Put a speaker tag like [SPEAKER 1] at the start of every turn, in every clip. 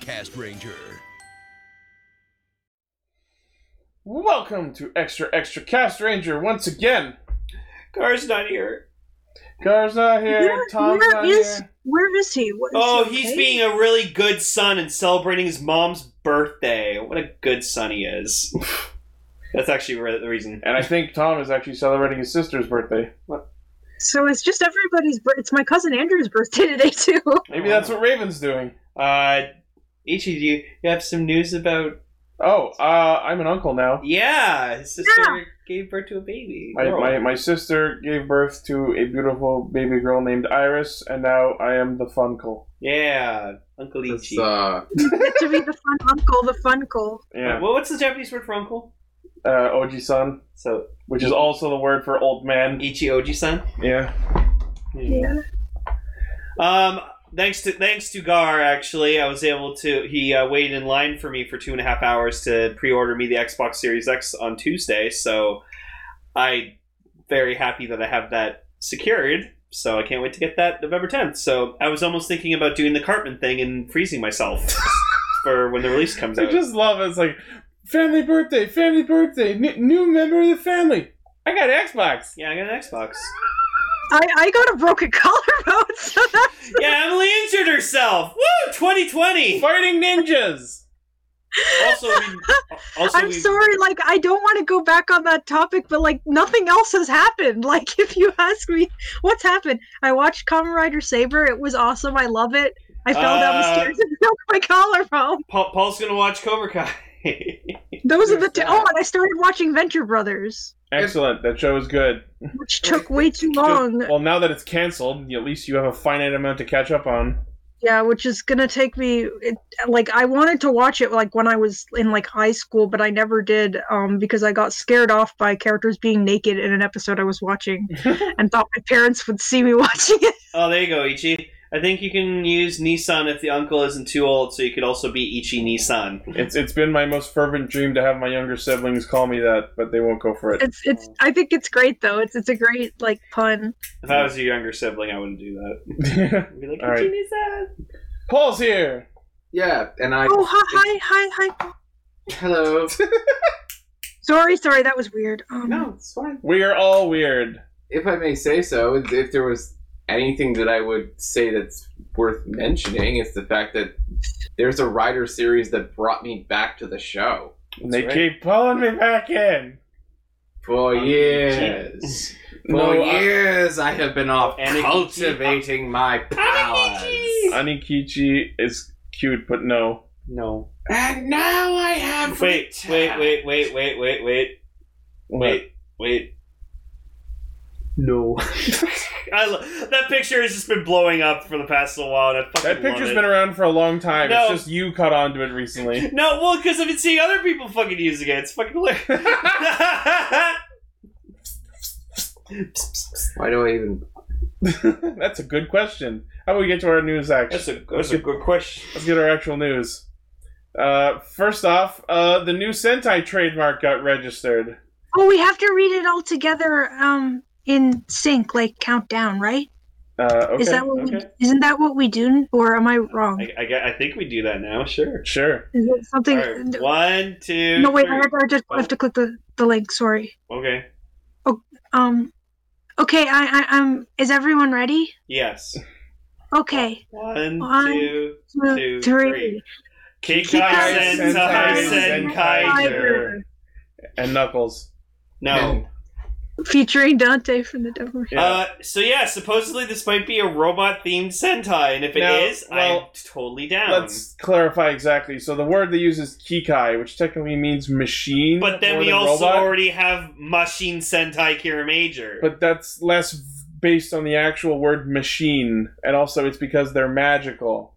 [SPEAKER 1] Cast Ranger.
[SPEAKER 2] Welcome to Extra Extra Cast Ranger once again.
[SPEAKER 3] Car's not here.
[SPEAKER 2] Gar's not here.
[SPEAKER 4] Where-
[SPEAKER 2] Tom's
[SPEAKER 4] where
[SPEAKER 2] not
[SPEAKER 4] is-
[SPEAKER 2] here.
[SPEAKER 4] Where is he? What is
[SPEAKER 3] Oh,
[SPEAKER 4] he
[SPEAKER 3] he's
[SPEAKER 4] okay?
[SPEAKER 3] being a really good son and celebrating his mom's birthday. What a good son he is. That's actually re- the reason.
[SPEAKER 2] And I think Tom is actually celebrating his sister's birthday.
[SPEAKER 4] So it's just everybody's. Bir- it's my cousin Andrew's birthday today too.
[SPEAKER 2] Maybe that's what Raven's doing.
[SPEAKER 3] Uh, each of you, you have some news about.
[SPEAKER 2] Oh, uh, I'm an uncle now.
[SPEAKER 3] Yeah, his sister gave birth to a baby.
[SPEAKER 2] My,
[SPEAKER 3] girl.
[SPEAKER 2] my, my sister gave birth to a beautiful baby girl named Iris, and now I am the funcle.
[SPEAKER 3] Yeah, Uncle
[SPEAKER 5] It's,
[SPEAKER 3] Ichi.
[SPEAKER 5] uh,
[SPEAKER 4] Get to be the fun uncle, the funcle.
[SPEAKER 3] Uh,
[SPEAKER 2] Yeah.
[SPEAKER 3] well, what's the Japanese word for uncle?
[SPEAKER 2] Uh, Oji-san,
[SPEAKER 3] So,
[SPEAKER 2] which is also the word for old man.
[SPEAKER 3] Ichi Oji san?
[SPEAKER 2] Yeah.
[SPEAKER 4] Yeah.
[SPEAKER 3] Um, thanks to thanks to Gar, actually, I was able to. He uh, waited in line for me for two and a half hours to pre-order me the Xbox Series X on Tuesday. So, I very happy that I have that secured. So I can't wait to get that November tenth. So I was almost thinking about doing the Cartman thing and freezing myself for when the release comes
[SPEAKER 2] I
[SPEAKER 3] out.
[SPEAKER 2] just love it. It's like, family birthday, family birthday, n- new member of the family. I got Xbox.
[SPEAKER 3] Yeah, I got an Xbox.
[SPEAKER 4] I, I got a broken collarbone, so that
[SPEAKER 3] yeah, Emily injured herself. Woo, 2020.
[SPEAKER 2] Fighting ninjas.
[SPEAKER 3] Also, we, also
[SPEAKER 4] I'm
[SPEAKER 3] we,
[SPEAKER 4] sorry. Like I don't want to go back on that topic, but like nothing else has happened. Like if you ask me what's happened, I watched Kamen Rider Saber. It was awesome. I love it. I fell down
[SPEAKER 3] Uh,
[SPEAKER 4] the stairs and broke my collarbone.
[SPEAKER 3] Paul, Paul's gonna watch Cobra Kai.
[SPEAKER 4] Those are the
[SPEAKER 2] there's
[SPEAKER 4] two
[SPEAKER 2] that.
[SPEAKER 4] oh, and I started watching Venture Brothers,
[SPEAKER 2] Excellent. That show is good.
[SPEAKER 4] which
[SPEAKER 3] Oh,
[SPEAKER 4] took way too long.
[SPEAKER 2] Well, now that it's canceled, at least you have a finite amount to catch up on.
[SPEAKER 4] Yeah, which is gonna take me. It, like I wanted to watch it like when I was in like high school, but I never did um, because I got scared off by characters being naked in an episode I was watching, and thought my parents would see me watching it.
[SPEAKER 3] Oh, there you go, Ichi. I think you can use Nissan if the uncle isn't too old, so you could also be Ichi Nissan.
[SPEAKER 2] It's it's been my most fervent dream to have my younger siblings call me that, but they won't go for it.
[SPEAKER 4] It's it's. I think it's great though. It's it's a great like pun.
[SPEAKER 3] If I was a younger sibling, I wouldn't do that. I'd be like,
[SPEAKER 2] All right.
[SPEAKER 3] Ichi Nissan!
[SPEAKER 2] Paul's here.
[SPEAKER 5] yeah, and I.
[SPEAKER 4] Oh hi hi hi hi.
[SPEAKER 5] Hello.
[SPEAKER 4] Sorry sorry that was weird. Um,
[SPEAKER 3] No, it's fine.
[SPEAKER 2] We are all weird.
[SPEAKER 5] if I may say so, if there was anything that I would say that's worth mentioning, it's the fact that there's a Rider series that brought me back to the show.
[SPEAKER 2] And they
[SPEAKER 3] right.
[SPEAKER 2] keep pulling me back in.
[SPEAKER 5] For
[SPEAKER 3] Um,
[SPEAKER 5] years, for
[SPEAKER 2] No,
[SPEAKER 3] uh,
[SPEAKER 2] I-
[SPEAKER 5] years, I, have been off
[SPEAKER 3] Anakichi-
[SPEAKER 5] cultivating my powers,
[SPEAKER 3] Anakichi!
[SPEAKER 2] Anikichi is cute, but no.
[SPEAKER 3] No.
[SPEAKER 5] and now I have.
[SPEAKER 3] Wait, wait,
[SPEAKER 5] returned.
[SPEAKER 3] wait, wait, wait, wait, wait, wait, wait.
[SPEAKER 5] No.
[SPEAKER 3] I lo- that picture has just been blowing up for the past little while, and I fucking
[SPEAKER 2] That picture's
[SPEAKER 3] love it.
[SPEAKER 2] been around for a long time.
[SPEAKER 3] No.
[SPEAKER 2] It's just you caught on to it recently.
[SPEAKER 3] No, well, because I've been seeing other people fucking using it. It's fucking hilarious.
[SPEAKER 5] Why do I even?
[SPEAKER 2] That's a good question. How about we get to our news action?
[SPEAKER 3] That's a that's a good question.
[SPEAKER 2] Let's get our actual news. Uh, first off, uh, the new Sentai trademark got registered.
[SPEAKER 4] Oh, we have to read it all together. Um, in sync, like countdown, right?
[SPEAKER 2] Uh, okay,
[SPEAKER 4] Is that what
[SPEAKER 2] okay.
[SPEAKER 4] we? Isn't that what we do? Or am I wrong?
[SPEAKER 3] I, I, gue- I think we do that now. Sure.
[SPEAKER 2] Sure.
[SPEAKER 4] Is it something?
[SPEAKER 3] All right, One, two.
[SPEAKER 4] No, wait.
[SPEAKER 3] three.
[SPEAKER 4] I have, I just I have to click the, the link. Sorry.
[SPEAKER 3] Okay.
[SPEAKER 4] Um. Okay. I, I I'm. Is everyone ready?
[SPEAKER 3] Yes.
[SPEAKER 4] Okay.
[SPEAKER 3] One,
[SPEAKER 4] One,
[SPEAKER 3] two.
[SPEAKER 4] Two,
[SPEAKER 3] Two,
[SPEAKER 4] three.
[SPEAKER 3] three. Kikai
[SPEAKER 4] Kikai
[SPEAKER 3] Sentai
[SPEAKER 2] Sentai
[SPEAKER 3] Senkaiger.
[SPEAKER 2] Senkai. And Knuckles.
[SPEAKER 3] No.
[SPEAKER 4] Featuring Dante from the Devil. May-
[SPEAKER 2] Yeah.
[SPEAKER 3] Uh, so yeah, supposedly this might be a robot-themed Sentai, and if it is,
[SPEAKER 2] Now, well,
[SPEAKER 3] I'm totally down.
[SPEAKER 2] Let's clarify exactly. So the word they use is kikai, which technically means machine.
[SPEAKER 3] But then
[SPEAKER 2] more
[SPEAKER 3] we
[SPEAKER 2] than
[SPEAKER 3] also
[SPEAKER 2] robot.
[SPEAKER 3] already have Machine Sentai Kira Major.
[SPEAKER 2] But that's less v- based on the actual word machine, and also it's because they're magical.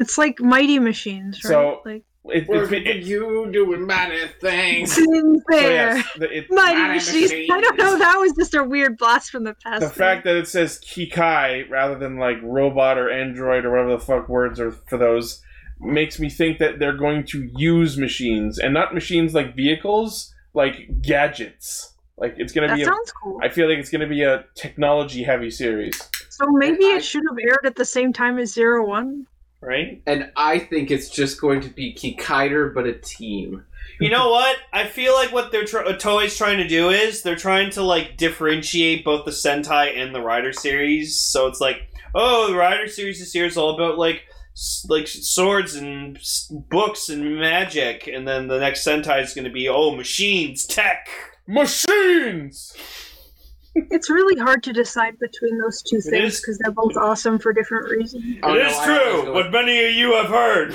[SPEAKER 4] It's like Mighty Machines, right?
[SPEAKER 2] So-
[SPEAKER 4] like
[SPEAKER 2] It,
[SPEAKER 5] We're
[SPEAKER 2] it's be- it-
[SPEAKER 5] you doing mighty things.
[SPEAKER 4] Sin's
[SPEAKER 2] so
[SPEAKER 4] there.
[SPEAKER 2] yes, the- it-
[SPEAKER 4] Mighty
[SPEAKER 5] Mighty
[SPEAKER 4] Machines. I don't know.
[SPEAKER 5] Machines.
[SPEAKER 4] That was just a weird blast from the past.
[SPEAKER 2] the fact that it says kikai rather than like robot or android or whatever the fuck words are for those makes me think that they're going to use machines and not machines like vehicles like gadgets like it's going to
[SPEAKER 4] that
[SPEAKER 2] be a,
[SPEAKER 4] sounds cool.
[SPEAKER 2] i feel like it's going to be a technology heavy series
[SPEAKER 4] so maybe
[SPEAKER 5] I-
[SPEAKER 4] it should have aired at the same time as Zero One.
[SPEAKER 3] right?
[SPEAKER 5] and I think it's just going to be Kikaider, but a team.
[SPEAKER 3] You know what? I feel like what they're tr- Toei's trying to do is they're trying to like differentiate both the Sentai and the Rider series. So it's like, oh, the Rider series this year is all about like s- like swords and s- books and magic, and then the next Sentai is going to be oh, machines, tech.
[SPEAKER 2] Machines.
[SPEAKER 4] It's really hard to decide between those two things
[SPEAKER 3] is.
[SPEAKER 4] because they're both awesome for different reasons.
[SPEAKER 5] Oh,
[SPEAKER 3] it
[SPEAKER 5] no,
[SPEAKER 3] is
[SPEAKER 5] I always
[SPEAKER 3] true
[SPEAKER 5] go
[SPEAKER 3] what many of you have heard.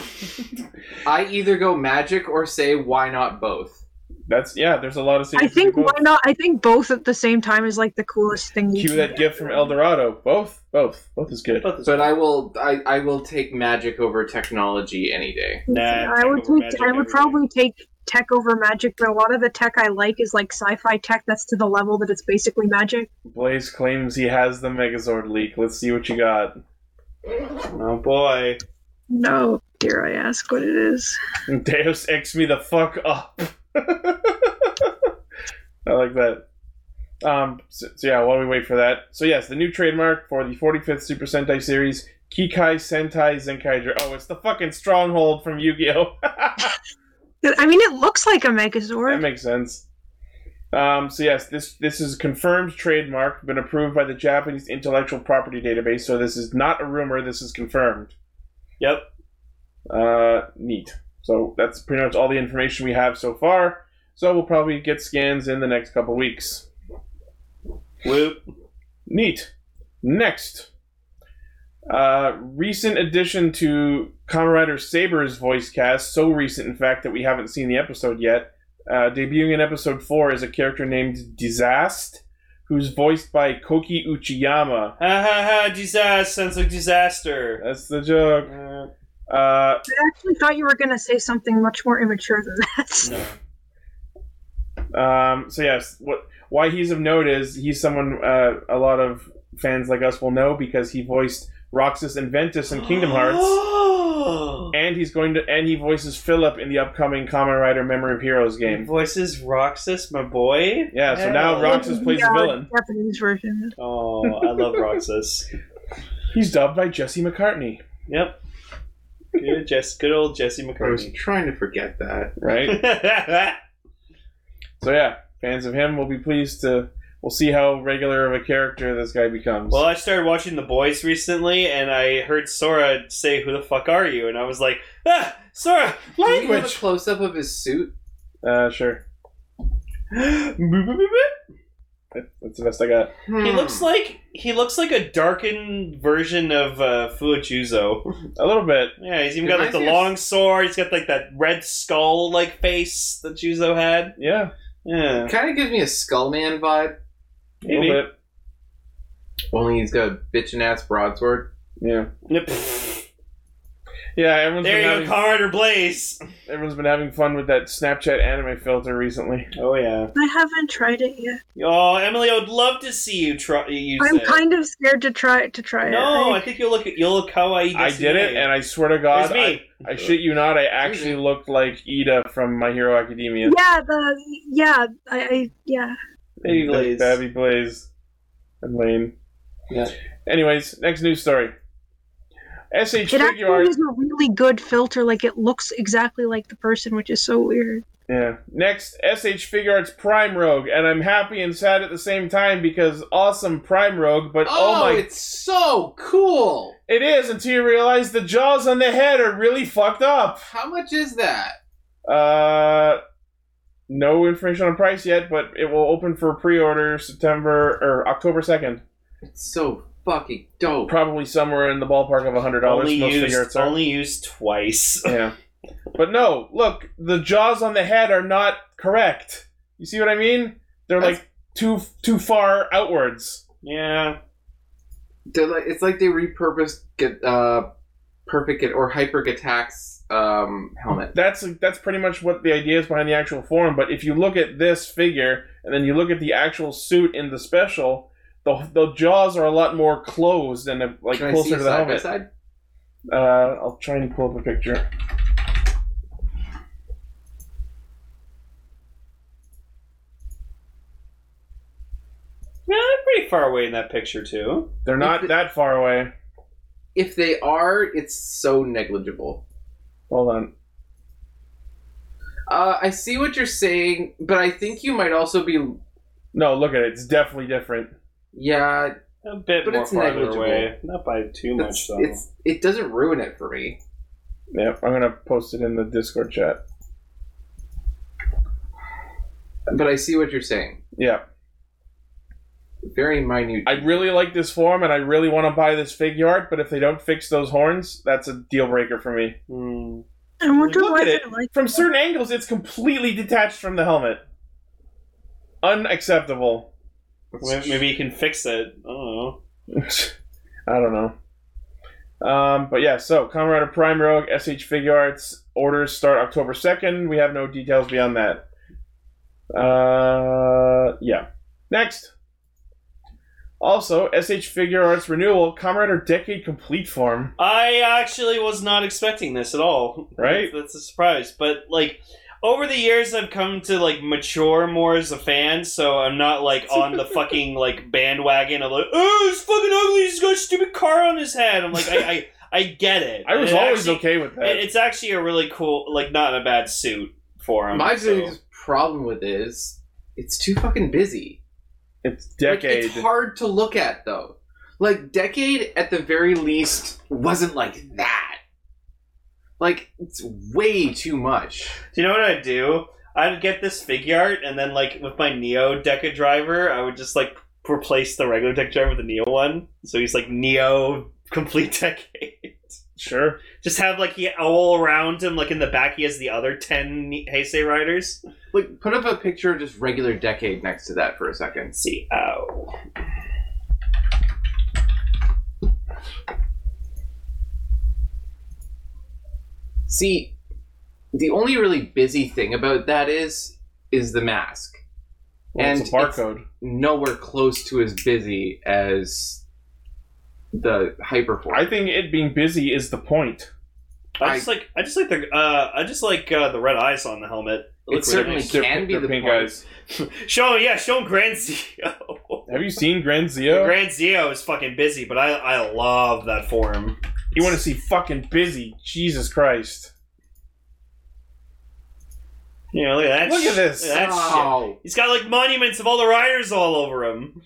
[SPEAKER 5] I either go magic or say why not both.
[SPEAKER 2] That's yeah. There's a lot of.
[SPEAKER 4] I
[SPEAKER 2] series to
[SPEAKER 4] think
[SPEAKER 2] do both.
[SPEAKER 4] why not? I think both at the same time is like the coolest thing. You
[SPEAKER 2] Cue
[SPEAKER 4] can
[SPEAKER 2] that
[SPEAKER 4] do.
[SPEAKER 2] gift from El Dorado. Both, both, both is good.
[SPEAKER 5] But I will I, I will take magic over technology any day.
[SPEAKER 3] Nah,
[SPEAKER 4] I
[SPEAKER 3] tech
[SPEAKER 4] would
[SPEAKER 3] over
[SPEAKER 4] take, I
[SPEAKER 3] magic
[SPEAKER 4] would
[SPEAKER 3] every
[SPEAKER 4] probably take tech over magic, but a lot of the tech I like is like sci-fi tech that's to the level that it's basically magic.
[SPEAKER 2] Blaze claims he has the Megazord leak. Let's see what you got.
[SPEAKER 3] oh boy.
[SPEAKER 4] No, dare I ask what it is?
[SPEAKER 2] Deus Ex me the fuck up. I like that. Um, so, so yeah, while we wait for that. So yes, the new trademark for the 45th Super Sentai series, Kikai Sentai Zenkai. Dra- Oh, it's the fucking stronghold from Yu-Gi-Oh.
[SPEAKER 4] I mean, it looks like a
[SPEAKER 2] That
[SPEAKER 4] Megazord.
[SPEAKER 2] makes sense. Um, so yes, this this is confirmed trademark, been approved by the Japanese Intellectual Property Database. So this is not a rumor. This is confirmed.
[SPEAKER 3] Yep.
[SPEAKER 2] Uh, neat. So that's pretty much all the information we have so far. So we'll probably get scans in the next couple weeks.
[SPEAKER 3] Whoop.
[SPEAKER 2] Neat. Next, uh, recent addition to Kamen Rider Saber's voice cast. So recent, in fact, that we haven't seen the episode yet. Uh, debuting in episode four is a character named Disast, who's voiced by Koki Uchiyama.
[SPEAKER 3] Ha ha ha! Disaster sounds like disaster.
[SPEAKER 2] That's the joke.
[SPEAKER 3] Uh,
[SPEAKER 2] Uh,
[SPEAKER 4] I actually thought you were going to say something much more immature than that.
[SPEAKER 3] no.
[SPEAKER 2] Um, so yes, what why he's of note is he's someone uh, a lot of fans like us will know because he voiced Roxas and Ventus in Kingdom Hearts, and he's going to and he voices Philip in the upcoming Kamen Rider Memory of Heroes
[SPEAKER 3] Your
[SPEAKER 2] game.
[SPEAKER 3] voice is Roxas, my boy.
[SPEAKER 2] Yeah, so now
[SPEAKER 3] Oh, Yeah.
[SPEAKER 2] Roxas plays
[SPEAKER 4] Yeah,
[SPEAKER 2] a villain.
[SPEAKER 4] Japanese version.
[SPEAKER 3] Oh, I love Roxas.
[SPEAKER 2] He's dubbed by Jesse McCartney,
[SPEAKER 3] Yep. Good, Jess. Good old Jesse McCartney.
[SPEAKER 5] trying to forget that.
[SPEAKER 2] right? so yeah, fans of him will be pleased to. We'll see how regular of a character this guy becomes.
[SPEAKER 3] well, I started watching The Boys recently, and I heard Sora say, "Who the fuck are you?" And I was like, "Ah, Sora,
[SPEAKER 5] Can we have a
[SPEAKER 3] language."
[SPEAKER 5] close up of his suit?
[SPEAKER 2] Uh, sure,
[SPEAKER 3] he
[SPEAKER 2] That- that's the best I got.
[SPEAKER 5] Hmm.
[SPEAKER 3] looks like he looks like a darkened version of uh, Fuachuzo.
[SPEAKER 2] A little bit.
[SPEAKER 3] Yeah, he's even got like the
[SPEAKER 5] Reminds me of-
[SPEAKER 3] long sword. He's got like that red skull like face that Juzo had.
[SPEAKER 2] Yeah,
[SPEAKER 3] Yeah,
[SPEAKER 5] kind of gives me a Skullman vibe.
[SPEAKER 2] a little
[SPEAKER 3] Maybe.
[SPEAKER 2] bit.
[SPEAKER 5] Only he's got a bitchin' ass broadsword.
[SPEAKER 2] Yeah,
[SPEAKER 3] Yep.
[SPEAKER 2] yeah. Everyone's
[SPEAKER 3] there
[SPEAKER 2] been
[SPEAKER 3] you go,
[SPEAKER 2] having-
[SPEAKER 3] Comrade or Blaze.
[SPEAKER 2] Everyone's been having fun with that Snapchat anime filter recently.
[SPEAKER 3] Oh yeah.
[SPEAKER 4] I haven't tried it yet.
[SPEAKER 3] Oh, Emily, I would love to see you try use
[SPEAKER 4] I'm
[SPEAKER 3] it.
[SPEAKER 4] kind of scared to try to try
[SPEAKER 3] no, I
[SPEAKER 4] it.
[SPEAKER 3] think you'll look you'll look kawaii.
[SPEAKER 2] I did it, and I swear to God, I,
[SPEAKER 3] me.
[SPEAKER 2] I shit you not, I actually looked like Ida from My Hero Academia.
[SPEAKER 4] yeah, the yeah, I, I yeah.
[SPEAKER 3] Baby
[SPEAKER 2] That's
[SPEAKER 3] Blaze.
[SPEAKER 2] Babby Blaze. And Lane.
[SPEAKER 3] Yeah.
[SPEAKER 2] Anyways, next news story. SH
[SPEAKER 4] It
[SPEAKER 2] Figure
[SPEAKER 4] actually
[SPEAKER 2] Arts.
[SPEAKER 4] is a really good filter. Like it looks exactly like the person, which is so weird.
[SPEAKER 2] Yeah. Next, SH Figure Arts Prime Rogue. And I'm happy and sad at the same time because awesome Prime Rogue, but oh,
[SPEAKER 5] Oh,
[SPEAKER 2] my.
[SPEAKER 5] it's so cool.
[SPEAKER 2] it is until you realize the jaws on the head are really fucked up.
[SPEAKER 5] How much is that?
[SPEAKER 2] Uh, no information on price yet, but it will open for pre-order September or October second.
[SPEAKER 5] It's so fucking dope.
[SPEAKER 2] Probably somewhere in the ballpark of hundred dollars.
[SPEAKER 3] only
[SPEAKER 2] Most
[SPEAKER 3] used
[SPEAKER 2] cigarettes are.
[SPEAKER 3] only used twice.
[SPEAKER 2] yeah, but no, look, the jaws on the head are not correct. You see what I mean? They're
[SPEAKER 5] That's-
[SPEAKER 2] like too too far outwards.
[SPEAKER 3] yeah.
[SPEAKER 5] They're like it's like they repurposed get uh perfect Get- or hyper attacks um helmet.
[SPEAKER 2] That's that's pretty much what the idea is behind the actual form. But if you look at this figure and then you look at the actual suit in the special, the, the jaws are a lot more closed and uh, like
[SPEAKER 5] Can I see
[SPEAKER 2] closer to the
[SPEAKER 5] side
[SPEAKER 2] helmet.
[SPEAKER 5] by side?
[SPEAKER 2] Uh, I'll try and pull up a picture.
[SPEAKER 3] Yeah, they're pretty far away in that picture too.
[SPEAKER 2] They're not that far away.
[SPEAKER 5] if they are, it's so negligible.
[SPEAKER 2] Hold on.
[SPEAKER 5] Uh, I see what you're saying, but I think you might also be.
[SPEAKER 2] No, look at it. It's definitely different.
[SPEAKER 5] Yeah,
[SPEAKER 3] A bit
[SPEAKER 5] But
[SPEAKER 3] more
[SPEAKER 5] it's
[SPEAKER 3] farther
[SPEAKER 5] negligible.
[SPEAKER 3] away. Not by too much
[SPEAKER 5] it's,
[SPEAKER 3] though.
[SPEAKER 5] it's it doesn't ruin it for me.
[SPEAKER 2] Yep, I'm gonna post it in the Discord chat.
[SPEAKER 5] But I see what you're saying.
[SPEAKER 2] Yeah,
[SPEAKER 5] Very minute.
[SPEAKER 2] I really like this form, and I really want to buy this figure art. But if they don't fix those horns, that's a deal breaker for me.
[SPEAKER 3] Hmm.
[SPEAKER 4] I wonder
[SPEAKER 2] Look
[SPEAKER 4] why
[SPEAKER 2] at
[SPEAKER 4] they
[SPEAKER 2] it.
[SPEAKER 4] like
[SPEAKER 2] From certain angles, it's completely detached from the helmet. Unacceptable.
[SPEAKER 3] May- Maybe you can fix it. I don't know.
[SPEAKER 2] I don't know. Um, but yeah, so Colorado Prime Rogue SH Figure Arts orders start October second. We have no details beyond that. Uh, yeah. Next. Also, SH Figure Arts renewal Comrade Decade Complete form.
[SPEAKER 3] I actually was not expecting this at all.
[SPEAKER 2] Right?
[SPEAKER 3] That's a surprise. But like over the years I've come to like mature more as a fan, so I'm not like on the fucking like bandwagon of like, oh it's fucking ugly, he's got a stupid car on his head. I'm like I I, I get it.
[SPEAKER 2] I was
[SPEAKER 3] It
[SPEAKER 2] always
[SPEAKER 3] actually-
[SPEAKER 2] okay with
[SPEAKER 3] it-
[SPEAKER 2] that.
[SPEAKER 3] it's actually a really cool like not a bad suit for him.
[SPEAKER 5] My
[SPEAKER 3] so-
[SPEAKER 5] biggest problem with it is it's too fucking busy.
[SPEAKER 2] It's
[SPEAKER 5] Like,
[SPEAKER 2] decade.
[SPEAKER 5] it's hard to look at though. Like decade at the very least wasn't like that. Like it's way too much.
[SPEAKER 3] Do you know what I'd do? I'd get this figure art, and then like with my Neo Deca driver, I would just like replace the regular Deca driver with the Neo one. So he's like Neo complete decade.
[SPEAKER 2] Sure.
[SPEAKER 3] Just have like he all around him, like in the back, he has the other ten Ne- Heisei riders.
[SPEAKER 5] Like put up a picture of just regular decade next to that for a second.
[SPEAKER 3] Let's see, oh,
[SPEAKER 5] See, the only really busy thing about that is is the mask.
[SPEAKER 2] Well,
[SPEAKER 5] And
[SPEAKER 2] it's a barcode.
[SPEAKER 5] Nowhere close to as busy as the hyperform.
[SPEAKER 2] I think it being busy is the point.
[SPEAKER 3] I
[SPEAKER 5] I-
[SPEAKER 3] just like I just like the uh, I just like uh, the red eyes on the helmet. It
[SPEAKER 5] It
[SPEAKER 3] looks really
[SPEAKER 5] certainly
[SPEAKER 3] nice.
[SPEAKER 2] They're-
[SPEAKER 5] can be
[SPEAKER 2] they're
[SPEAKER 5] the
[SPEAKER 2] pink
[SPEAKER 5] point.
[SPEAKER 2] eyes.
[SPEAKER 3] Show yeah, show him Grand Zio.
[SPEAKER 2] Have you seen Grand Zio?
[SPEAKER 3] Grand Zio is fucking busy, but I I love that form.
[SPEAKER 2] you want to see fucking busy? Jesus Christ.
[SPEAKER 3] Yeah, look at that.
[SPEAKER 2] Look at
[SPEAKER 3] sh-
[SPEAKER 2] this.
[SPEAKER 3] that shit.
[SPEAKER 5] Oh,
[SPEAKER 3] He's got like monuments of all the riders all over him.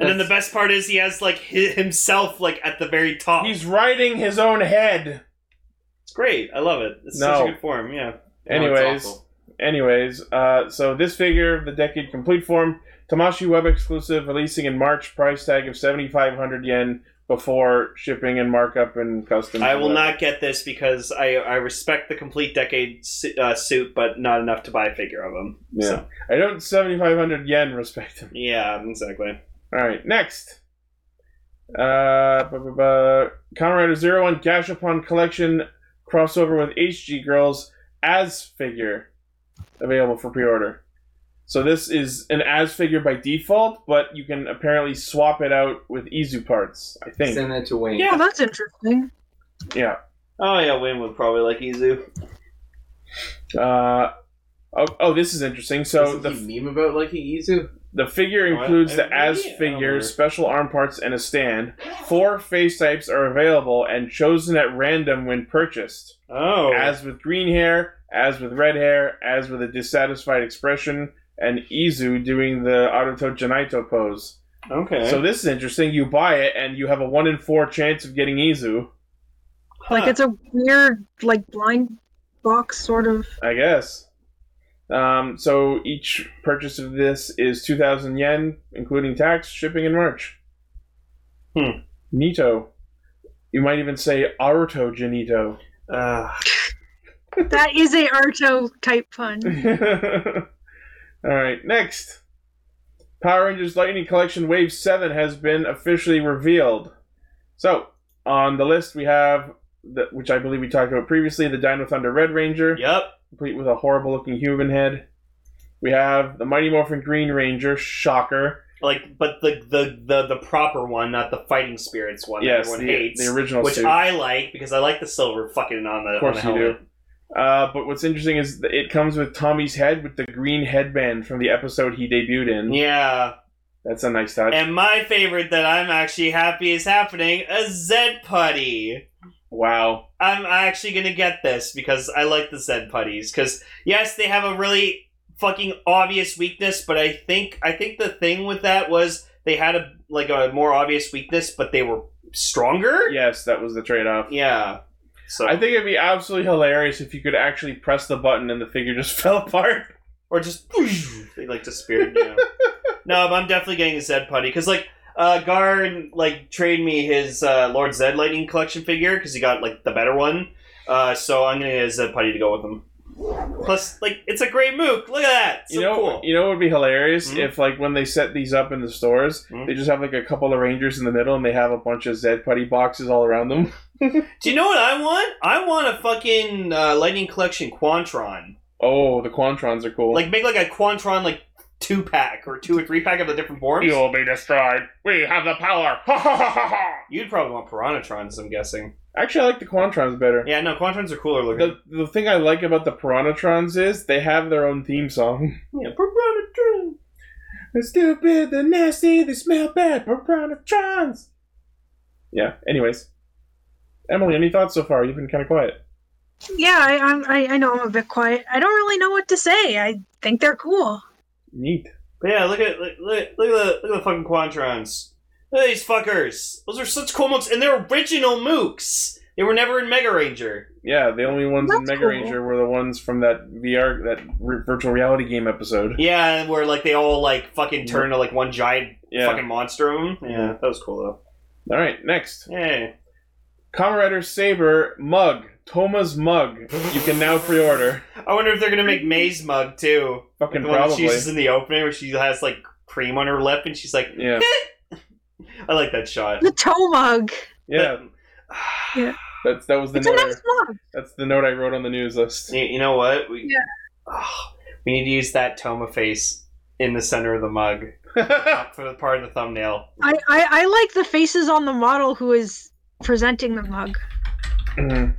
[SPEAKER 3] And then the best part is he has like hi- himself like at the very top.
[SPEAKER 2] He's riding his own head.
[SPEAKER 3] it's great. I love it. It's
[SPEAKER 2] No.
[SPEAKER 3] such a good form. Yeah.
[SPEAKER 5] no, it's
[SPEAKER 2] Anyways,
[SPEAKER 5] awful.
[SPEAKER 2] anyways, uh, so this figure, the Decade Complete form, Tamashi Web exclusive, releasing in March, price tag of 7,500 yen before shipping and markup and customs.
[SPEAKER 3] I will
[SPEAKER 2] and
[SPEAKER 3] not get this because I I respect the complete decade su- uh, suit, but not enough to buy a figure of him.
[SPEAKER 2] Yeah.
[SPEAKER 3] So,
[SPEAKER 2] I don't 7,500 yen respect him.
[SPEAKER 3] yeah, exactly.
[SPEAKER 2] All right, next. Uh, bu- bu- bu- Comrade Zero One Gashapon Collection crossover with HG Girls as figure available for pre-order. So this is an as figure by default, but you can apparently swap it out with Izu parts. I think.
[SPEAKER 5] send that to Wayne.
[SPEAKER 3] Yeah.
[SPEAKER 4] Oh, that's interesting.
[SPEAKER 2] Yeah.
[SPEAKER 3] Oh yeah, Wayne would probably like Izu.
[SPEAKER 2] Uh, oh, oh, this is interesting. So
[SPEAKER 5] Isn't
[SPEAKER 2] the
[SPEAKER 5] he meme about like Izu?
[SPEAKER 2] The figure
[SPEAKER 3] Oh, I-
[SPEAKER 2] includes
[SPEAKER 3] I
[SPEAKER 2] the as
[SPEAKER 3] really- I don't
[SPEAKER 2] figure,
[SPEAKER 3] remember.
[SPEAKER 2] special arm parts, and a stand. Four face types are available and chosen at random when purchased.
[SPEAKER 3] Oh,
[SPEAKER 2] As with green hair, as with red hair, as with a dissatisfied expression, and Izu doing the Aruto Janito pose.
[SPEAKER 3] okay.
[SPEAKER 2] So this is interesting. You buy it and you have a one in four chance of getting Izu.
[SPEAKER 4] Like it's a weird like blind box sort of.
[SPEAKER 2] I guess. Um, so each purchase of this is 2,000 yen, including tax, shipping, and merch.
[SPEAKER 3] Hmm.
[SPEAKER 2] Nito. You might even say Aruto Janito.
[SPEAKER 3] uh,
[SPEAKER 4] That is a Arto type pun.
[SPEAKER 2] Alright, next. Power Rangers Lightning Collection Wave 7 has been officially revealed. So, on the list we have, the, which I believe we talked about previously, the Dino Thunder Red Ranger.
[SPEAKER 3] yep.
[SPEAKER 2] complete with a horrible looking human head. We have the Mighty Morphin Green Ranger, shocker.
[SPEAKER 3] like but the the the, the proper one not the fighting spirits one that
[SPEAKER 2] yes,
[SPEAKER 3] everyone
[SPEAKER 2] the,
[SPEAKER 3] hates
[SPEAKER 2] the original
[SPEAKER 3] which
[SPEAKER 2] suit.
[SPEAKER 3] i like because i like the silver fucking on the
[SPEAKER 2] of course
[SPEAKER 3] on the
[SPEAKER 2] you do.
[SPEAKER 3] helmet.
[SPEAKER 2] Uh, but what's interesting is that it comes with Tommy's head with the green headband from the episode he debuted in.
[SPEAKER 3] yeah
[SPEAKER 2] That's a nice touch.
[SPEAKER 3] And my favorite that I'm actually happy is happening a Zed putty.
[SPEAKER 2] wow.
[SPEAKER 3] I'm actually gonna get this because I like the Zed putties. Because yes, they have a really fucking obvious weakness, but I think I think the thing with that was they had a like a more obvious weakness, but they were stronger.
[SPEAKER 2] Yes, that was the trade off.
[SPEAKER 3] Yeah. So
[SPEAKER 2] I think it'd be absolutely hilarious if you could actually press the button and the figure just fell apart.
[SPEAKER 3] or just they like disappeared. You know. no, but I'm definitely getting a Zed putty because like uh, Guard like traded me his uh, Lord Zed Lightning collection figure because he got like the better one. Uh, so I'm gonna get a Zed putty to go with him. Plus, like it's a great mook. Look at that. So
[SPEAKER 2] you know,
[SPEAKER 3] cool.
[SPEAKER 2] you know, what would be hilarious
[SPEAKER 3] Mhm.
[SPEAKER 2] if like when they set these up in the stores,
[SPEAKER 3] Mhm.
[SPEAKER 2] they just have like a couple of Rangers in the middle, and they have a bunch of Zed putty boxes all around them.
[SPEAKER 3] Do you know what I want? I want a fucking uh, Lightning collection Quantron.
[SPEAKER 2] Oh, the Quantrons are cool.
[SPEAKER 3] Like make like a Quantron like two pack or two or three pack of the different forms.
[SPEAKER 2] will be destroyed. We have the power.
[SPEAKER 3] You'd probably want Piranatrons, I'm guessing.
[SPEAKER 2] Actually, I like the Quantrons better.
[SPEAKER 3] Yeah, no, Quantrons are cooler looking.
[SPEAKER 2] The, the thing I like about the Piranatrons is they have their own theme song.
[SPEAKER 3] Yeah, Piranatron.
[SPEAKER 2] They're stupid, they're nasty, they smell bad, Piranatrons! Yeah, anyways. Emily, any thoughts so far? You've been kind of quiet.
[SPEAKER 4] Yeah, I, I'm, I I know I'm a bit quiet. I don't really know what to say. I think they're cool.
[SPEAKER 2] Neat.
[SPEAKER 3] But yeah, look at look, look, look at the look at the fucking Quantrons. Look at these fuckers. Those are such cool mooks, and they're original mooks. They were never in Mega Ranger.
[SPEAKER 2] Yeah, the only ones in
[SPEAKER 4] That's
[SPEAKER 2] Mega
[SPEAKER 4] cool.
[SPEAKER 2] Ranger were the ones from that VR, that re- virtual reality game episode.
[SPEAKER 3] Yeah, where like they all like fucking turn to like one giant
[SPEAKER 2] Yeah.
[SPEAKER 3] fucking monster of them. Yeah, that was cool
[SPEAKER 2] All right, next.
[SPEAKER 3] though. Yeah.
[SPEAKER 2] Kamen Rider Saber mug. Toma's mug. You can now pre-order.
[SPEAKER 3] I wonder if they're gonna make Maze Mug too.
[SPEAKER 2] Fucking
[SPEAKER 3] the one that she
[SPEAKER 2] probably.
[SPEAKER 3] uses in the opening where she has like cream on her lip and she's like,
[SPEAKER 2] Yeah,
[SPEAKER 3] I like that shot.
[SPEAKER 4] The toe mug.
[SPEAKER 2] yeah.
[SPEAKER 3] But-
[SPEAKER 2] That's that was the
[SPEAKER 4] It's a
[SPEAKER 2] note.
[SPEAKER 4] nice
[SPEAKER 2] I,
[SPEAKER 4] mug.
[SPEAKER 2] that's the note I wrote on the news list.
[SPEAKER 3] You, you know what? We,
[SPEAKER 4] Yeah.
[SPEAKER 3] Ah, we need to use that Toma face in the center of the mug Up for the part of the thumbnail.
[SPEAKER 4] I, I I like the faces on the model who is presenting the mug.
[SPEAKER 2] Mhm.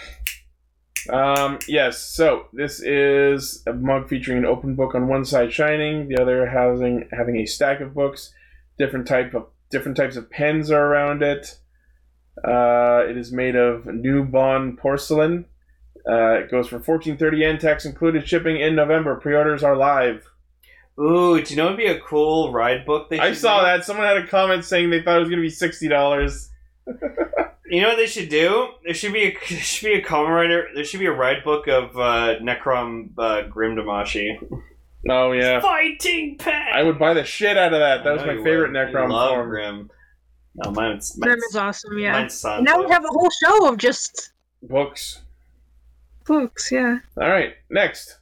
[SPEAKER 2] um, yes, so this is a mug featuring an open book on one side shining, the other housing having a stack of books. Different type of different types of pens are around it. Uh, it is made of new bond porcelain. Uh, it goes for 1430 yen, tax E included, shipping in November. Pre-orders are live.
[SPEAKER 3] Ooh, do you know what'd be a cool ride book? They
[SPEAKER 2] I
[SPEAKER 3] should
[SPEAKER 2] saw
[SPEAKER 3] do?
[SPEAKER 2] that. Someone had a comment saying they thought it was going to be sixty dollars.
[SPEAKER 3] You know what they should do? There should be a there should be a common writer. There should be a ride book of uh, Necrom uh, Grimdamashi.
[SPEAKER 2] Oh yeah,
[SPEAKER 3] Fighting pet.
[SPEAKER 2] I would buy the shit out of that. That
[SPEAKER 3] I
[SPEAKER 2] was
[SPEAKER 3] know
[SPEAKER 2] my
[SPEAKER 3] you
[SPEAKER 2] favorite
[SPEAKER 3] would.
[SPEAKER 2] Necrom
[SPEAKER 3] You love
[SPEAKER 2] form.
[SPEAKER 3] Grim. No, mine's
[SPEAKER 4] Grim
[SPEAKER 3] mine's,
[SPEAKER 4] is awesome, yeah.
[SPEAKER 3] mine's Sansa.
[SPEAKER 4] And now we have a whole show of just
[SPEAKER 2] Books.
[SPEAKER 4] books, yeah.
[SPEAKER 2] All right, next.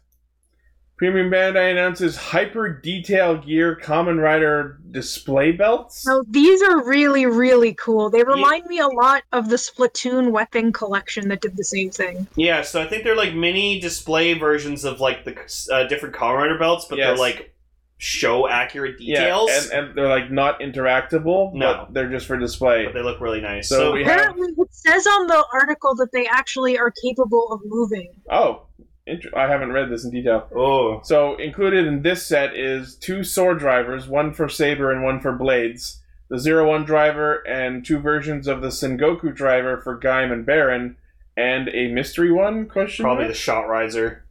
[SPEAKER 2] Premium Bandai announces hyper detail gear Common Rider display belts.
[SPEAKER 4] So these are really, really cool. They remind me a lot of the Splatoon weapon collection that did the same thing.
[SPEAKER 3] Yeah, so I think they're like mini display versions of like the uh, different Kamen Rider belts, but they're
[SPEAKER 2] Yes.
[SPEAKER 3] like show accurate
[SPEAKER 2] Yeah,
[SPEAKER 3] details,
[SPEAKER 2] and, and they're like not interactable.
[SPEAKER 3] No.
[SPEAKER 2] but they're just for display.
[SPEAKER 3] but they look really nice.
[SPEAKER 2] So
[SPEAKER 3] So,
[SPEAKER 2] we- have-
[SPEAKER 4] Apparently, it says on the article that they actually are capable of moving.
[SPEAKER 2] Oh, inter- I haven't read this in detail.
[SPEAKER 3] oh,
[SPEAKER 2] So included in this set is two sword drivers, one for saber and one for blades. The zero one driver and two versions of the Sengoku driver for Gaim and Baron, and a mystery one question
[SPEAKER 3] probably
[SPEAKER 4] Mhm.
[SPEAKER 2] mark?
[SPEAKER 3] the shot riser.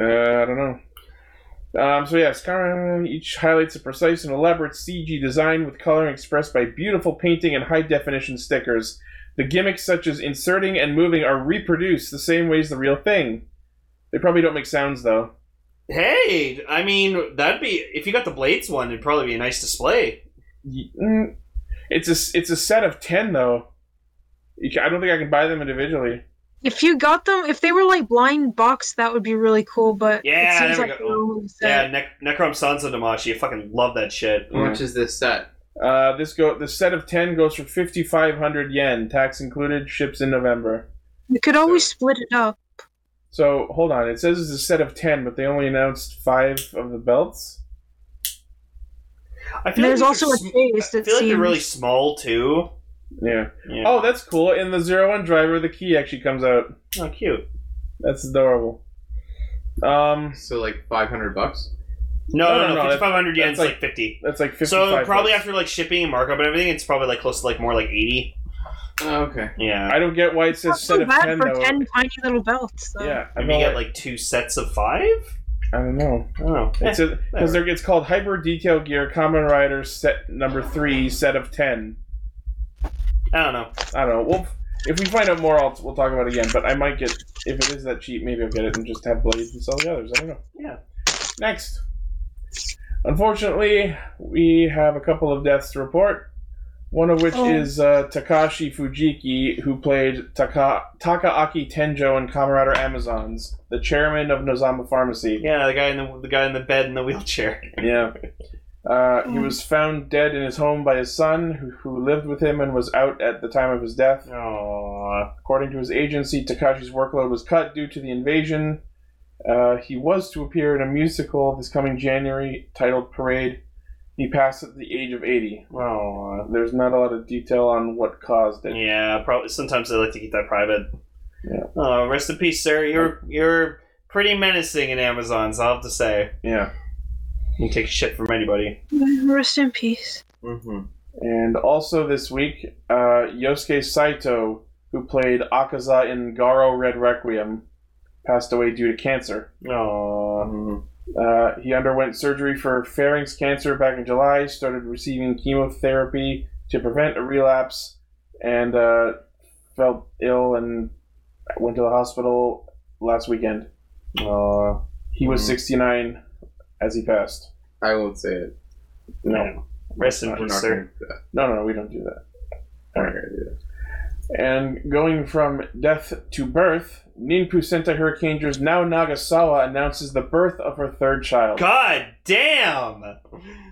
[SPEAKER 2] Uh, I don't know. Um, so yes, Kamen each highlights a precise and elaborate CG design with coloring expressed by beautiful painting and high definition stickers. The gimmicks such as inserting and moving are reproduced the same way as the real thing. They probably don't make sounds though.
[SPEAKER 3] Hey, I mean that'd be if you got the blades one, it'd probably be a nice display.
[SPEAKER 2] Y- mm. It's a s- it's a set of ten though. You ca I don't think I can buy them individually.
[SPEAKER 4] If you got them, if they were like blind box, that would be really cool. But
[SPEAKER 3] Yeah,
[SPEAKER 4] it seems
[SPEAKER 3] there we
[SPEAKER 4] like
[SPEAKER 3] go.
[SPEAKER 4] they're only set.
[SPEAKER 3] Yeah, ne- Necrom Sansa Damashi, I fucking love that shit.
[SPEAKER 2] Mm.
[SPEAKER 5] How much is this set?
[SPEAKER 2] Uh, this go the set of ten goes for fifty five hundred yen, tax included, ships in November.
[SPEAKER 4] you could always split it up.
[SPEAKER 2] So hold on, it says it's a set of ten, but they only announced five of the belts.
[SPEAKER 3] I feel
[SPEAKER 4] There's
[SPEAKER 3] like these
[SPEAKER 4] also
[SPEAKER 3] are
[SPEAKER 4] a
[SPEAKER 3] sm-
[SPEAKER 4] face.
[SPEAKER 3] I
[SPEAKER 4] It
[SPEAKER 3] feel like they're
[SPEAKER 4] seems-
[SPEAKER 3] really small too.
[SPEAKER 2] Yeah.
[SPEAKER 3] Yeah.
[SPEAKER 2] Oh, that's cool. In the zero one driver, the key actually comes out.
[SPEAKER 3] oh, cute.
[SPEAKER 2] That's adorable. Um,
[SPEAKER 5] So like five hundred bucks.
[SPEAKER 3] No,
[SPEAKER 2] No,
[SPEAKER 3] no,
[SPEAKER 2] no,
[SPEAKER 3] no.
[SPEAKER 2] no,
[SPEAKER 3] Fifty five hundred
[SPEAKER 2] that's
[SPEAKER 3] yen's like,
[SPEAKER 2] like
[SPEAKER 3] fifty.
[SPEAKER 2] That's like fifty.
[SPEAKER 3] So probably after like shipping and markup and everything, it's probably like close to like more like eighty.
[SPEAKER 5] Oh, okay.
[SPEAKER 3] Yeah.
[SPEAKER 2] I don't get why it
[SPEAKER 4] Not
[SPEAKER 2] says set
[SPEAKER 4] so
[SPEAKER 2] of
[SPEAKER 4] bad
[SPEAKER 2] ten
[SPEAKER 4] for
[SPEAKER 2] though.
[SPEAKER 4] ten tiny little belts. So.
[SPEAKER 2] Yeah, I
[SPEAKER 3] Maybe
[SPEAKER 2] don't
[SPEAKER 3] you get
[SPEAKER 2] like,
[SPEAKER 3] like two sets of five.
[SPEAKER 2] I don't know.
[SPEAKER 3] I don't know. Eh,
[SPEAKER 2] It's because it's called Hyper Detail Gear Common Rider Set Number Three Set of Ten.
[SPEAKER 3] Eh, I don't know.
[SPEAKER 2] I don't know. We'll, if we find out more, I'll, we'll talk about it again. But I might get if it is that cheap, maybe I'll get it and just have blades and sell the others. I don't know.
[SPEAKER 3] Yeah.
[SPEAKER 2] Next, unfortunately, we have a couple of deaths to report. One of which
[SPEAKER 4] Oh.
[SPEAKER 2] is uh, Takashi Fujiki, who played Taka- Takaaki Tenjo in Comrade Amazons, the chairman of Nozama Pharmacy.
[SPEAKER 3] Yeah, the guy in the the guy in the bed in the wheelchair.
[SPEAKER 2] Yeah. Uh, he was found dead in his home by his son, who, who lived with him and was out at the time of his death.
[SPEAKER 3] Aww.
[SPEAKER 2] According to his agency, Takashi's workload was cut due to the invasion. Uh, he was to appear in a musical this coming January titled Parade. He passed at the age of 80.
[SPEAKER 3] Aww.
[SPEAKER 2] There's not a lot of detail on what caused it.
[SPEAKER 3] Yeah, probably. Sometimes they like to keep that private.
[SPEAKER 2] Yeah.
[SPEAKER 3] Oh, rest in peace, sir. You're you're pretty menacing in Amazons. I'll have to say.
[SPEAKER 2] Yeah.
[SPEAKER 3] You can take shit from anybody.
[SPEAKER 4] Rest in peace.
[SPEAKER 5] Mm-hmm.
[SPEAKER 2] And also this week, uh, Yosuke Saito, who played Akaza in Garo Red Requiem, passed away due to cancer.
[SPEAKER 3] Aww.
[SPEAKER 2] Uh, he underwent surgery for pharynx cancer back in July, started receiving chemotherapy to prevent a relapse, and uh, felt ill and went to the hospital last weekend. Uh,
[SPEAKER 3] Aww.
[SPEAKER 2] He was
[SPEAKER 5] Mhm.
[SPEAKER 2] 69 as he passed.
[SPEAKER 5] I won't say it.
[SPEAKER 2] No,
[SPEAKER 3] Rest in
[SPEAKER 5] We're
[SPEAKER 3] peace,
[SPEAKER 5] not
[SPEAKER 3] sir.
[SPEAKER 5] gonna do that.
[SPEAKER 2] no, no, we don't do that.
[SPEAKER 5] We're not gonna do that.
[SPEAKER 2] And going from death to birth, Ninpu Sentai Hurricaners now Nagasawa announces the birth of her third child.
[SPEAKER 3] God damn!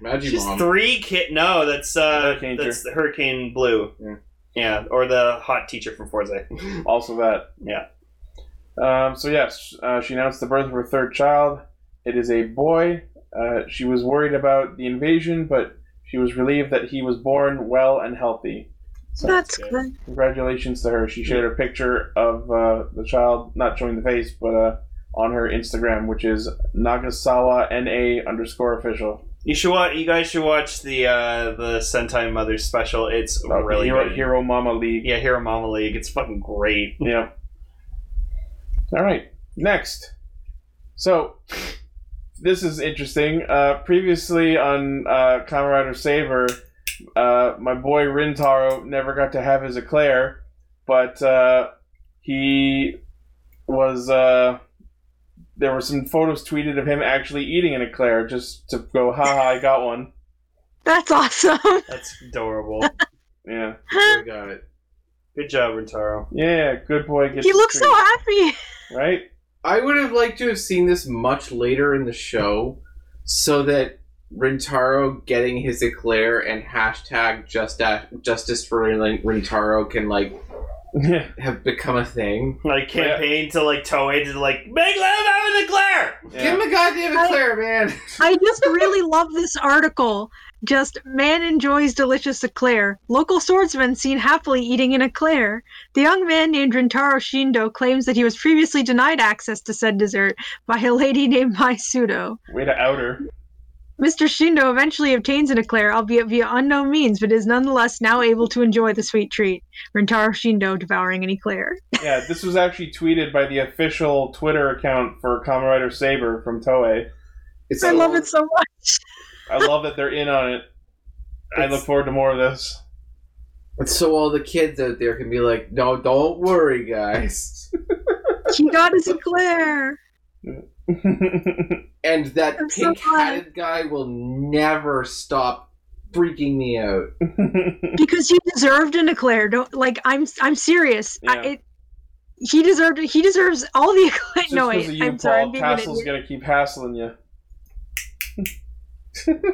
[SPEAKER 5] Imagine
[SPEAKER 3] Just
[SPEAKER 5] mom.
[SPEAKER 3] three kid. No, that's uh,
[SPEAKER 2] Hurricane
[SPEAKER 3] that's the Hurricane Blue.
[SPEAKER 5] Yeah.
[SPEAKER 3] Yeah, or the hot teacher from Forza.
[SPEAKER 2] Also that.
[SPEAKER 3] Yeah.
[SPEAKER 2] Um, so yes, uh, she announced the birth of her third child. It is a boy. Uh, she was worried about the invasion, but she was relieved that he was born well and healthy.
[SPEAKER 4] That's
[SPEAKER 3] good.
[SPEAKER 4] good.
[SPEAKER 2] Congratulations to her. She shared a picture of uh, the child, not showing the face, but uh, on her Instagram, which is Nagasawa na underscore official.
[SPEAKER 3] You should watch. You guys should watch the uh, the Sentai Mother special. It's
[SPEAKER 2] About
[SPEAKER 3] really
[SPEAKER 2] Oh, Hero,
[SPEAKER 3] good.
[SPEAKER 2] Hero Mama League.
[SPEAKER 3] Yeah, Hero Mama League. It's fucking great.
[SPEAKER 2] Yep. All right. Next. So, this is interesting. Uh, previously on uh, Kamen Rider Saber, uh, my boy Rintaro never got to have his eclair, but uh, he was. Uh, there were some photos tweeted of him actually eating an eclair just to go, haha, I got one.
[SPEAKER 4] That's awesome.
[SPEAKER 3] That's adorable.
[SPEAKER 2] Yeah.
[SPEAKER 5] I got it.
[SPEAKER 3] good job, Rintaro.
[SPEAKER 2] Yeah, good boy. Gets
[SPEAKER 4] he
[SPEAKER 2] the
[SPEAKER 4] looks so
[SPEAKER 2] treat,
[SPEAKER 4] happy.
[SPEAKER 2] Right?
[SPEAKER 5] I would have liked to have seen this much later in the show, so that Rintaro getting his eclair and hashtag just at, justice for Rin- Rintaro can like
[SPEAKER 2] Yeah.
[SPEAKER 5] have become a thing.
[SPEAKER 3] Like campaign to like Toei to like make love out of the glare.
[SPEAKER 5] Give him a goddamn
[SPEAKER 4] I-
[SPEAKER 5] eclair, man.
[SPEAKER 4] I just really love this article. Just man enjoys delicious eclair. Local swordsman seen happily eating an eclair. The young man named Rintaro Shindo claims that he was previously denied access to said dessert by a lady named Mai Sudo.
[SPEAKER 2] Way to outer.
[SPEAKER 4] Mr. Shindo eventually obtains an eclair, albeit via unknown means, but is nonetheless now able to enjoy the sweet treat. Rintaro Shindo devouring an eclair.
[SPEAKER 2] Yeah, this was actually tweeted by the official Twitter account for Kamen Rider Saber from Toei.
[SPEAKER 5] It's
[SPEAKER 4] I
[SPEAKER 5] so-
[SPEAKER 4] love it so much.
[SPEAKER 2] I love that they're in on it. I look forward to more of this.
[SPEAKER 5] It's so all the kids out there can be like, no, don't worry, guys.
[SPEAKER 4] He got his eclair.
[SPEAKER 5] And that
[SPEAKER 4] I'm so
[SPEAKER 5] pink hatted guy will never stop freaking me out.
[SPEAKER 4] because he deserved an eclair. Don't like I'm I'm serious. I,
[SPEAKER 2] Yeah.
[SPEAKER 4] it, he deserved he deserves all the eclair.
[SPEAKER 2] Just
[SPEAKER 4] No,
[SPEAKER 2] 'cause
[SPEAKER 4] wait,
[SPEAKER 2] of you,
[SPEAKER 4] I'm sorry. I'm being an
[SPEAKER 2] Tassel's
[SPEAKER 4] idiot.
[SPEAKER 2] gonna keep hassling you.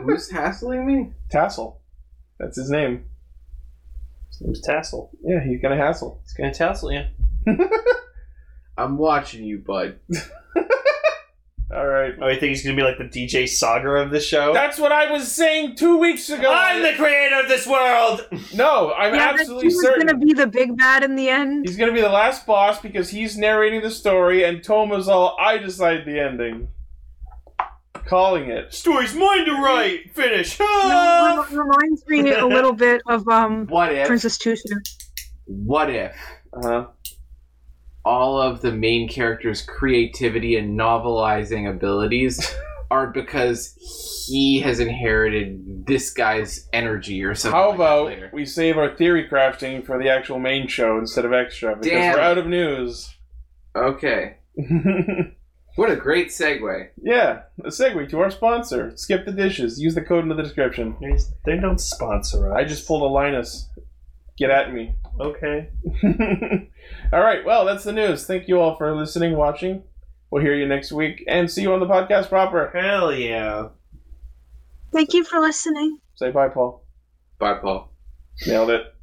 [SPEAKER 5] Who's hassling me?
[SPEAKER 2] Tassel, that's his name.
[SPEAKER 3] His name's Tassel.
[SPEAKER 2] Yeah, he's gonna hassle.
[SPEAKER 3] It's gonna tassel you.
[SPEAKER 5] I'm watching you, bud.
[SPEAKER 2] All right.
[SPEAKER 3] Oh, you think he's gonna be like the DJ Saga of the show?
[SPEAKER 2] That's what I was saying two weeks ago.
[SPEAKER 3] I'm the creator of this world.
[SPEAKER 2] no, I'm
[SPEAKER 4] yeah, but he
[SPEAKER 2] absolutely
[SPEAKER 4] was
[SPEAKER 2] certain.
[SPEAKER 4] gonna be the big bad in the end.
[SPEAKER 2] He's gonna be the last boss because he's narrating the story, and Toma's all I decide the ending. calling it.
[SPEAKER 3] Story's mine to write. Finish.
[SPEAKER 4] No, rem- reminds me a little bit of um,
[SPEAKER 5] What if?
[SPEAKER 4] Princess Tusu.
[SPEAKER 5] What if
[SPEAKER 2] Uh-huh.
[SPEAKER 5] all of the main character's creativity and novelizing abilities are because he has inherited this guy's energy or something?
[SPEAKER 2] How
[SPEAKER 5] like that
[SPEAKER 2] about
[SPEAKER 5] later?
[SPEAKER 2] we save our theory crafting for the actual main show instead of extra because
[SPEAKER 5] Damn.
[SPEAKER 2] we're out of news.
[SPEAKER 5] Okay. What a great segue.
[SPEAKER 2] yeah, a segue to our sponsor. Skip the dishes. Use the code in the description.
[SPEAKER 3] There's- They don't sponsor us.
[SPEAKER 2] I just pulled a Linus. Get at me.
[SPEAKER 3] Okay.
[SPEAKER 2] all right. Well, that's the news. Thank you all for listening, watching. We'll hear you next week and see you on the podcast proper.
[SPEAKER 3] Hell yeah.
[SPEAKER 4] Thank you for listening.
[SPEAKER 2] Say bye, Paul.
[SPEAKER 5] Bye, Paul.
[SPEAKER 2] Nailed it.